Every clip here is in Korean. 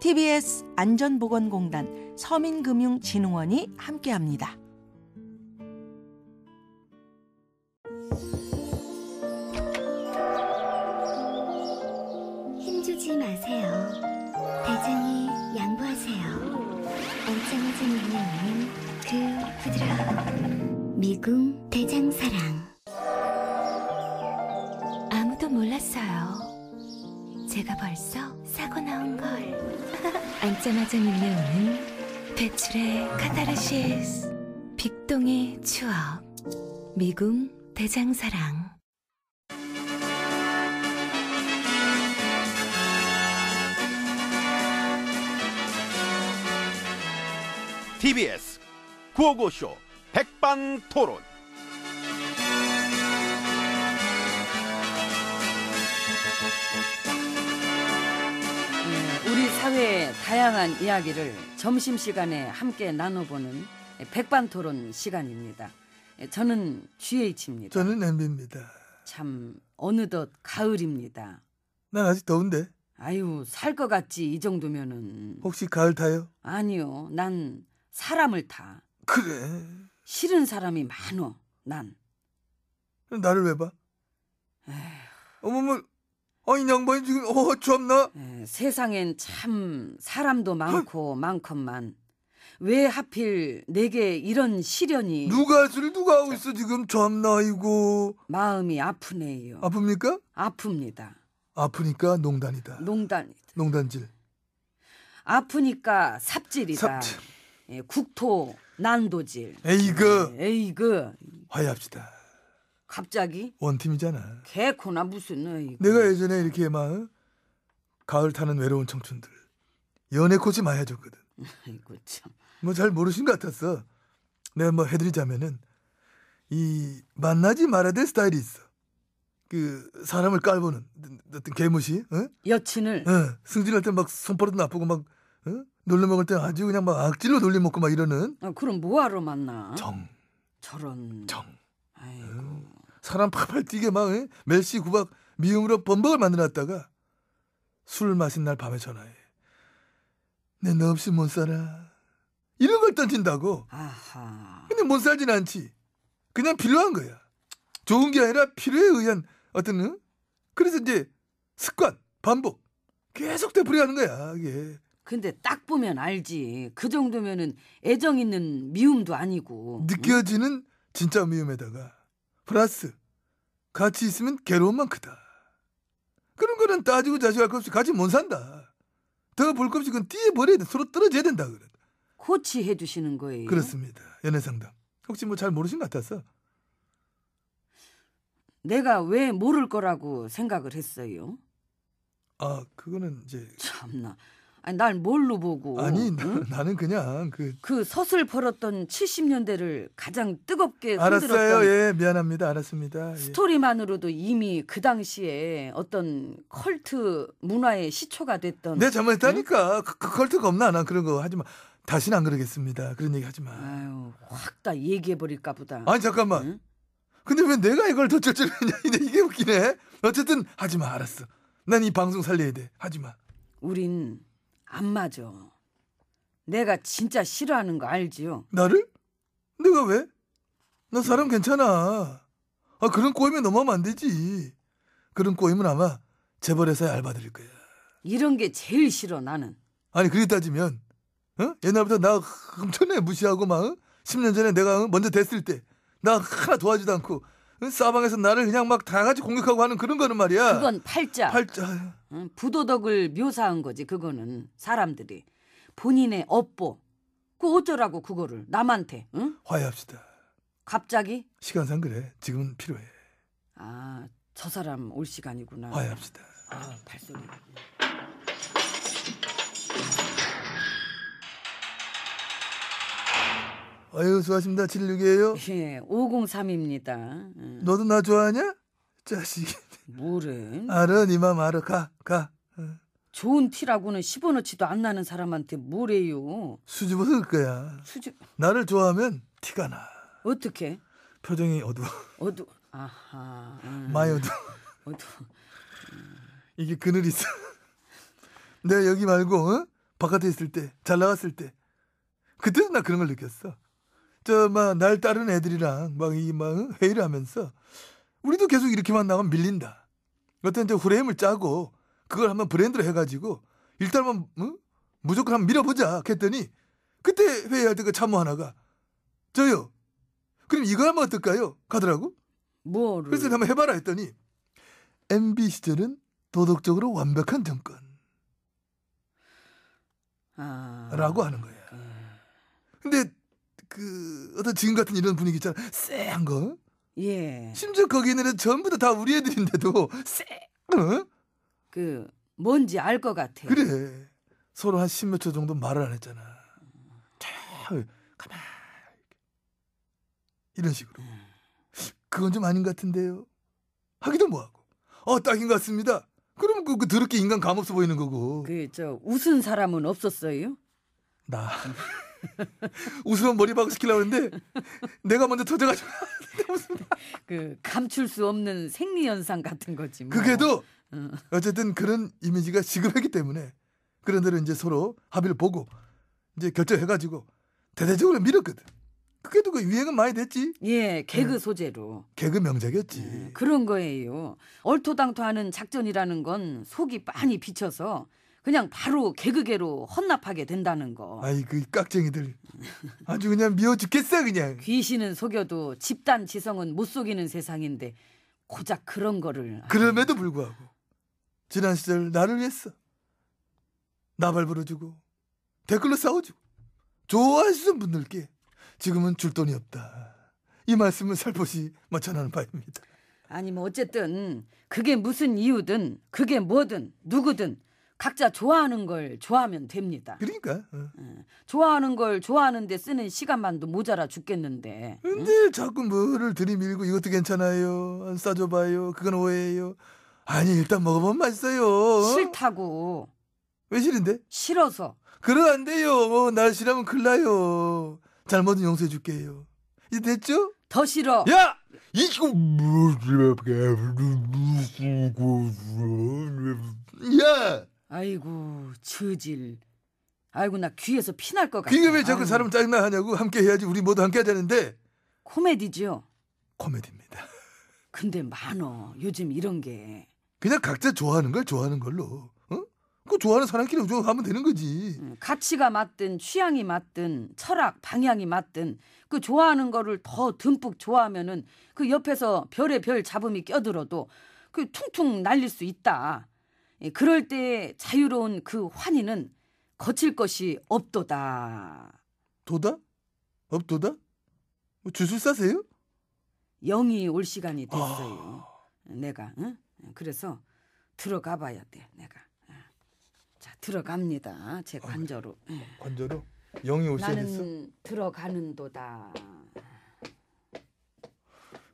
TBS 안전보건공단 서민금융진흥원이 함께합니다. 힘주지 마세요. 대장이 양보하세요. 엉짱해진 눈에 있는 그 부드러움. 미궁 대장사랑. 아무도 몰랐어요. 제가 벌써 사고 나온 걸. 앉자마자 밀려오는 배출의 카타르시스. 빅동의 추억. 미궁 대장사랑. TBS 구호고쇼 백반토론. 예, 우리 사회의 다양한 이야기를 점심시간에 함께 나눠보는 백반토론 시간입니다. 예, 저는 GH입니다. 저는 엠비입니다. 참 어느덧 가을입니다. 난 아직 더운데 아유 살 것 같지 이 정도면은 혹시 가을 타요? 아니요 난 사람을 타 그래. 싫은 사람이 많어 난 그럼 나를 왜 봐? 에휴. 어머머, 아니 양반이 지금 어 참나. 에, 세상엔 참 사람도 많고 많건만 왜 하필 내게 이런 시련이 누가 술 누가 하고 있어 지금 참나 이고 마음이 아프네요. 아픕니까? 아픕니다. 아프니까 농단이다. 농단이다. 농단질. 아프니까 삽질이다. 삽질. 예, 국토 난도질. 에이그 예, 에이그 화해합시다. 갑자기 원팀이잖아. 개코나 무슨 에이그. 내가 예전에 이렇게 막 어? 가을 타는 외로운 청춘들 연애 코치 많이 해줬거든. 아이고 참. 뭐 잘 모르신 것 같았어. 내가 뭐 해드리자면은 이 만나지 말아야 될 스타일이 있어. 그 사람을 깔보는 어떤 개무시, 응? 여친을 응. 승진할 때 막 손버릇 나쁘고 막 응? 놀려 먹을 때 아주 그냥 막 악질로 놀려 먹고 막 이러는 어, 그럼 뭐하러 만나? 정, 저런. 정. 음. 아이고. 사람 팔팔 뛰게 막 응? 멜시 구박 미움으로 범벅을 만들어놨다가 술 마신 날 밤에 전화해. 내 너 없이 못 살아. 이런 걸 던진다고. 아하. 근데 못 살진 않지. 그냥 필요한 거야. 좋은 게 아니라 필요에 의한 어떤 응? 그래서 이제 습관 반복 계속 되풀이하는 거야 이게. 근데 딱 보면 알지. 그 정도면은 애정 있는 미움도 아니고. 느껴지는 진짜 미움에다가 플러스 같이 있으면 괴로움만 크다. 그런 거는 따지고 자식할 것 없이 같이 못 산다. 더 볼 것 없이 그건 뛰어버려야 돼. 서로 떨어져야 된다. 그래. 코치해 주시는 거예요. 그렇습니다. 연애 상담. 혹시 뭐 잘 모르신 것 같아서. 내가 왜 모를 거라고 생각을 했어요? 아, 그거는 이제. 참나. 아니, 날 뭘로 보고? 아니, 응? 나, 나는 그냥 그. 그 서슬 벌었던 70년대를 가장 뜨겁게 알았어요. 흔들었던 예, 미안합니다. 알았습니다. 예. 스토리만으로도 이미 그 당시에 어떤 컬트 문화의 시초가 됐던 네, 네? 그러니까. 내가 잘못했다니까. 그, 그 컬트가 없나? 난 그런 거 하지 마. 다시는 안 그러겠습니다. 그런 얘기 하지 마. 아유 네? 확 다 얘기해 버릴까 보다. 아니 잠깐만. 응? 근데 왜 내가 이걸 더 쩔쩔이냐? 이게 웃기네. 어쨌든 하지 마. 알았어. 난 이 방송 살려야 돼. 하지 마. 우린 안 맞아. 내가 진짜 싫어하는 거 알지요? 나를? 내가 왜? 나 사람 괜찮아. 아 그런 꼬임에 넘어가면 안 되지. 그런 꼬임은 아마 재벌회사에 알바드릴 거야. 이런 게 제일 싫어 나는. 아니 그렇게 따지면 어? 옛날부터 나 엄청나게 무시하고 막 어? 10년 전에 내가 어? 먼저 됐을 때 나 하나 도와주지도 않고 어? 사방에서 나를 그냥 막 다 같이 공격하고 하는 그런 거는 말이야. 그건 팔자. 아, 팔자 아, 응, 부도덕을 묘사한 거지 그거는 사람들이 본인의 업보. 그 어쩌라고 그거를 남한테? 응? 화해합시다. 갑자기? 시간상 그래. 지금은 필요해. 아 저 사람 올 시간이구나. 화해합시다. 아 발소리. 아유 수고하십니다. 76이에요. 예, 503입니다. 예. 너도 나 좋아하냐? 자식. 뭐래? 알아 니맘 알아. 가 가. 어. 좋은 티라고는 10원어치도 안 나는 사람한테 뭐래요? 수줍어서 그 거야. 수줍 나를 좋아하면 티가 나. 어떻게? 표정이 어두워. 어두 아하 음, 많이 어두워. 어두 이게 그늘이 있어. 내가 여기 말고 어? 바깥에 있을 때, 잘 나갔을 때, 그때도 나 그런 걸 느꼈어. 저 막 날 따르는 애들이랑 막 이 막 회의를 하면서 우리도 계속 이렇게만 나가면 밀린다. 어떤 이제 프레임을 짜고 그걸 한번 브랜드로 해가지고 일단 한번 응? 무조건 한번 밀어보자 했더니 그때 회의할 때 그 참모 하나가 저요. 그럼 이거 하면 어떨까요? 가더라고. 뭐를 그래서 한번 해봐라 했더니 MB 시절은 도덕적으로 완벽한 정권라고 아, 하는 거야. 근데 그 어떤 지금 같은 이런 분위기 있잖아. 쎄한 거. 예. 심지어 거기 있는 애들 전부 다, 다 우리 애들인데도 쎄. 어? 그 뭔지 알 것 같아. 그래. 서로 한 십몇 초 정도 말을 안 했잖아. 참, 가만. 이런 식으로. 그건 좀 아닌 것 같은데요. 하기도 뭐하고. 어, 딱인 것 같습니다. 그럼 그, 그 더럽게 인간 감 없어 보이는 거고. 그저 웃은 사람은 없었어요? 나 웃으면 머리 박으시키려고 했는데 내가 먼저 터져가지고 그 감출 수 없는 생리 현상 같은 거지. 뭐. 그게도 음. 어쨌든 그런 이미지가 지급했기 때문에 그런 대로 이제 서로 합의를 보고 이제 결정해가지고 대대적으로 밀었거든. 그게도 그 유행은 많이 됐지. 예 음. 개그 소재로 개그 명작이었지. 예, 그런 거예요. 얼토당토하는 작전이라는 건 속이 빤히 비쳐서 그냥 바로 개그계로 헌납하게 된다는 거. 아이 그 깍쟁이들 아주 그냥 미워 죽겠어 그냥. 귀신은 속여도 집단 지성은 못 속이는 세상인데 고작 그런 거를 아. 그럼에도 불구하고 지난 시절 나를 위해서 나발 부러주고 댓글로 싸워주고 좋아하시는 분들께 지금은 줄 돈이 없다 이 말씀을 살포시 마쳐나는 바입니다 아니 뭐 어쨌든 그게 무슨 이유든 그게 뭐든 누구든 각자 좋아하는 걸 좋아하면 됩니다. 그러니까 어. 좋아하는 걸 좋아하는데 쓰는 시간만도 모자라 죽겠는데 근데 자꾸 뭐를 들이밀고 이것도 괜찮아요 안 싸줘봐요 그건 오해예요 아니 일단 먹어보면 맛있어요 어? 싫다고 왜 싫은데? 싫어서 그럼 안 돼요 뭐 날 싫으면 큰일 나요 잘못은 용서해 줄게요 이제 됐죠? 더 싫어 야! 이거 뭐, 뭐, 야! 아이고 저질 아이고 나 귀에서 피날 것 같아 그게 왜 자꾸 아유, 사람 짜증나 하냐고 함께 해야지 우리 모두 함께 하자는데 코미디죠 코미디입니다. 근데 많어 요즘 이런 게 그냥 각자 좋아하는 걸 좋아하는 걸로. 어? 그 좋아하는 사람끼리 우정 하면 되는 거지. 음, 가치가 맞든 취향이 맞든 철학 방향이 맞든 그 좋아하는 거를 더 듬뿍 좋아하면은 그 옆에서 별의 별 잡음이 껴들어도 그 퉁퉁 날릴 수 있다. 예, 그럴 때 자유로운 그 환희는 거칠 것이 없도다. 도다? 업도다? 뭐 주술 싸세요? 영이 올 아. 시간이 됐어요. 내가 응? 그래서 들어가 봐야 돼. 내가 자 들어갑니다. 제 관저로. 예. 관저로 영이 올뭐 시간 있어? 나는 들어가는도다.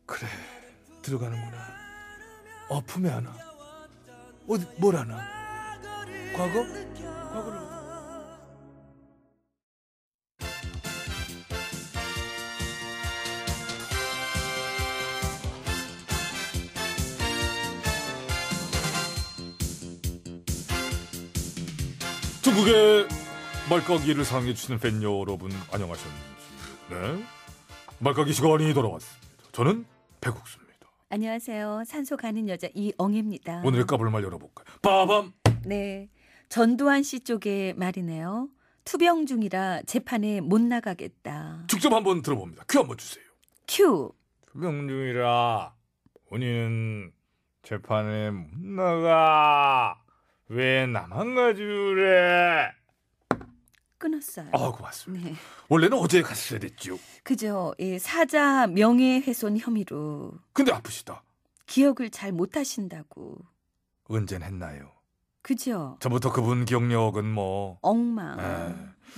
그래 들어가는구나. 어 품에 하나. 어디 뭘 하나? 과거? 과거를 중국의 말까기를 사랑해주시는 팬 여러분, 안녕하셨는지. 네. 말까기 시간이 돌아왔습니다. 저는 백국수입니다. 안녕하세요. 산소 가는 여자 이엉입니다. 오늘의 까불 말 열어볼까요? 빠밤! 네. 전두환 씨 쪽의 말이네요. 투병 중이라 재판에 못 나가겠다. 직접 한번 들어봅니다. 큐 한번 주세요. 큐. 투병 중이라 본인은 재판에 못 나가. 왜 나만 가주래? 끊었어요. 아, 고맙습니다. 네. 원래는 어제 갔어야 됐죠. 그죠. 예, 사자 명예훼손 혐의로 근데 아프시다. 기억을 잘 못 하신다고. 언젠 했나요? 그죠. 저부터 그분 기억력은 뭐 엉망. 예.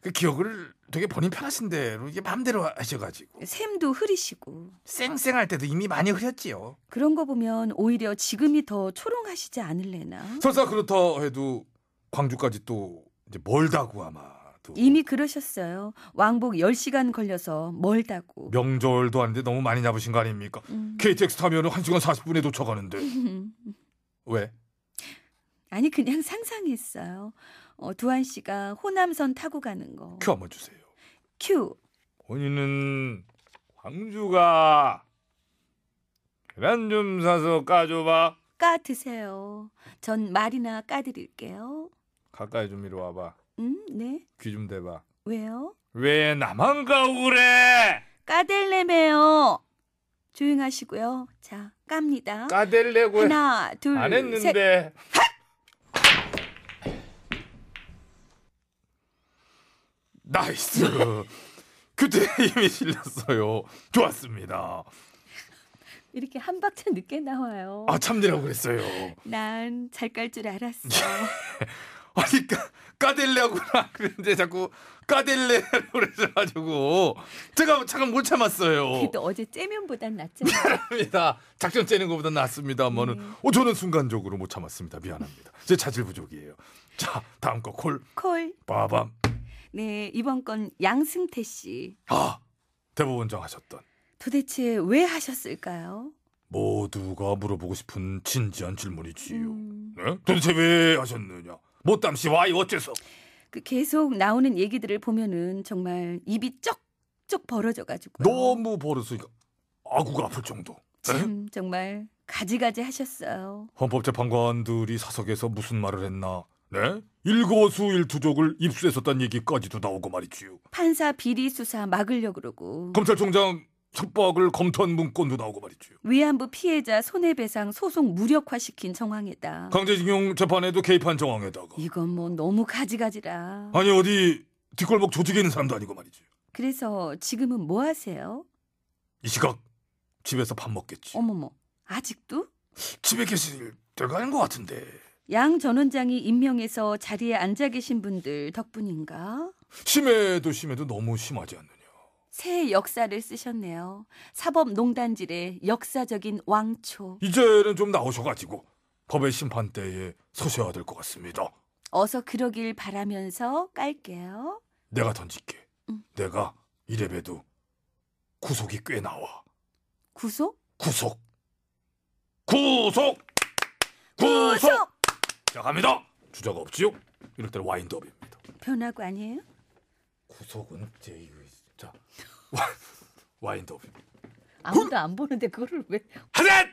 그 기억을 되게 본인 편하신 대로 이게 마음대로 하셔가지고 샘도 흐리시고. 쌩쌩할 때도 이미 많이 흐렸지요. 그런 거 보면 오히려 지금이 더 초롱하시지 않을래나? 설사 그렇다 해도 광주까지 또 이제 멀다고 아마도 이미 그러셨어요. 왕복 10시간 걸려서 멀다고. 명절도 아닌데 너무 많이 잡으신 거 아닙니까? 음. KTX 타면 1시간 40분에 도착하는데 왜? 아니 그냥 상상했어요. 어, 두한 씨가 호남선 타고 가는 거. 큐 한번 주세요. 큐. 본인은 광주가 계란 좀 사서 까줘봐. 까 드세요. 전 말이나 까 드릴게요. 가까이 좀 이리 와봐. 음, 네. 귀 좀 대봐. 왜요? 왜 나만 가고 그래? 까델레메요. 조용하시고요. 자, 깝니다. 까댈래고 하나, 둘, 셋. 나이스. 그때 이미 실렸어요. 좋았습니다. 이렇게 한 박자 늦게 나와요. 아 참느라고 그랬어요. 난 잘 깔 줄 알았어. 아니 까, 까델레하구나 그랬는데 자꾸 까델레로 그래가지고 제가 잠깐 못 참았어요. 그래도 어제 째면보단 낫잖아. 미안합니다. 작전 째는 것보다 낫습니다. 뭐는 네. 어, 저는 순간적으로 못 참았습니다. 미안합니다. 제 자질 부족이에요. 자 다음 거 콜 콜. 빠밤. 네, 이번 건 양승태 씨. 아 대법원장 하셨던 도대체 왜 하셨을까요? 모두가 물어보고 싶은 진지한 질문이지요. 음, 네? 도대체 왜 하셨느냐? 못담시 와이 어째서? 그 계속 나오는 얘기들을 보면은 정말 입이 쩍쩍 벌어져 가지고 너무 버릇이니까 아구가 아플 정도. 네? 참 정말 가지가지 하셨어요. 헌법재판관들이 사석에서 무슨 말을 했나? 네? 일거수일투족을 입수했었다는 얘기까지도 나오고 말이지요. 판사 비리 수사 막으려 그러고 검찰총장 협박을 검토한 문건도 나오고 말이지요. 위안부 피해자 손해배상 소송 무력화시킨 정황에다. 강제징용 재판에도 개입한 정황에다가 이건 뭐 너무 가지가지라. 아니 어디 뒷골목 조직에 있는 사람도 아니고 말이지요. 그래서 지금은 뭐 하세요? 이 시각 집에서 밥 먹겠지. 어머머. 아직도? 집에 계실 때가 아닌 것 같은데 양 전 원장이 임명해서 자리에 앉아 계신 분들 덕분인가? 심해도 심해도 너무 심하지 않느냐 새 역사를 쓰셨네요. 사법농단질의 역사적인 왕초. 이제는 좀 나오셔가지고 법의 심판대에 서셔야 될 것 같습니다 어서 그러길 바라면서 깔게요. 내가 던질게 음. 내가 이래봬도 구속이 꽤 나와 구속? 구속 구속 구속 구속! 자 갑니다 주저가 없지요 이럴 때는 와인드업입니다 변화구 아니에요? 구속은 제2의 자 와, 와인드업입니다 아무도 안 보는데 그거를 왜? 하셋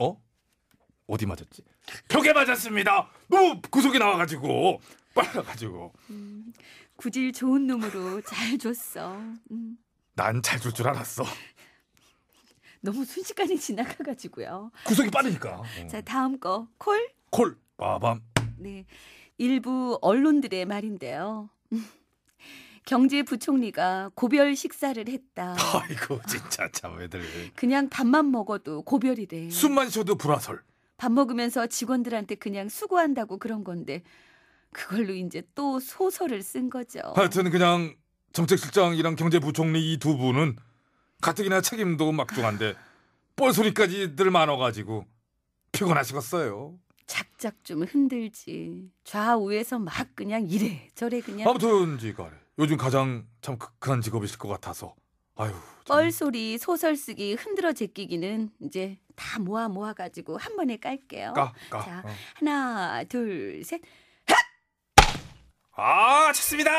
어? 어디 맞았지? 벽에 맞았습니다. 너무 구속이 나와가지고 빨라가지고 음, 구질 좋은 놈으로 잘 줬어. 음, 난 잘 줄 줄 알았어. 너무 순식간에 지나가가지고요. 구속이 빠르니까. 자 다음 거 콜. 콜 빠밤. 네, 일부 언론들의 말인데요. 경제부총리가 고별 식사를 했다. 아이고 진짜 참 애들. 그냥 밥만 먹어도 고별이래. 숨만 쉬어도 불화설. 밥 먹으면서 직원들한테 그냥 수고한다고 그런 건데 그걸로 이제 또 소설을 쓴 거죠. 하여튼 그냥 정책실장이랑 경제부총리 이 두 분은 가뜩이나 책임도 막중한데 뻘소리까지들 많아가지고 피곤하시겠어요. 작작 좀 흔들지. 좌우에서 막 그냥 이래 저래 그냥 아무튼 지간에 요즘 가장 참 극한 직업이실 그, 것 같아서 아유, 뻘소리, 소설 쓰기, 흔들어 제끼기는 이제 다 모아 모아 가지고 한 번에 깔게요. 까, 까. 자, 어. 하나, 둘, 셋. 아, 좋습니다.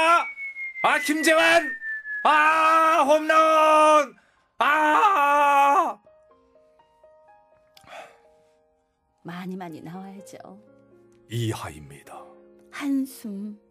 아, 김재환. 아, 홈런. 아. 많이 많이 나와야죠. 이하입니다. 한숨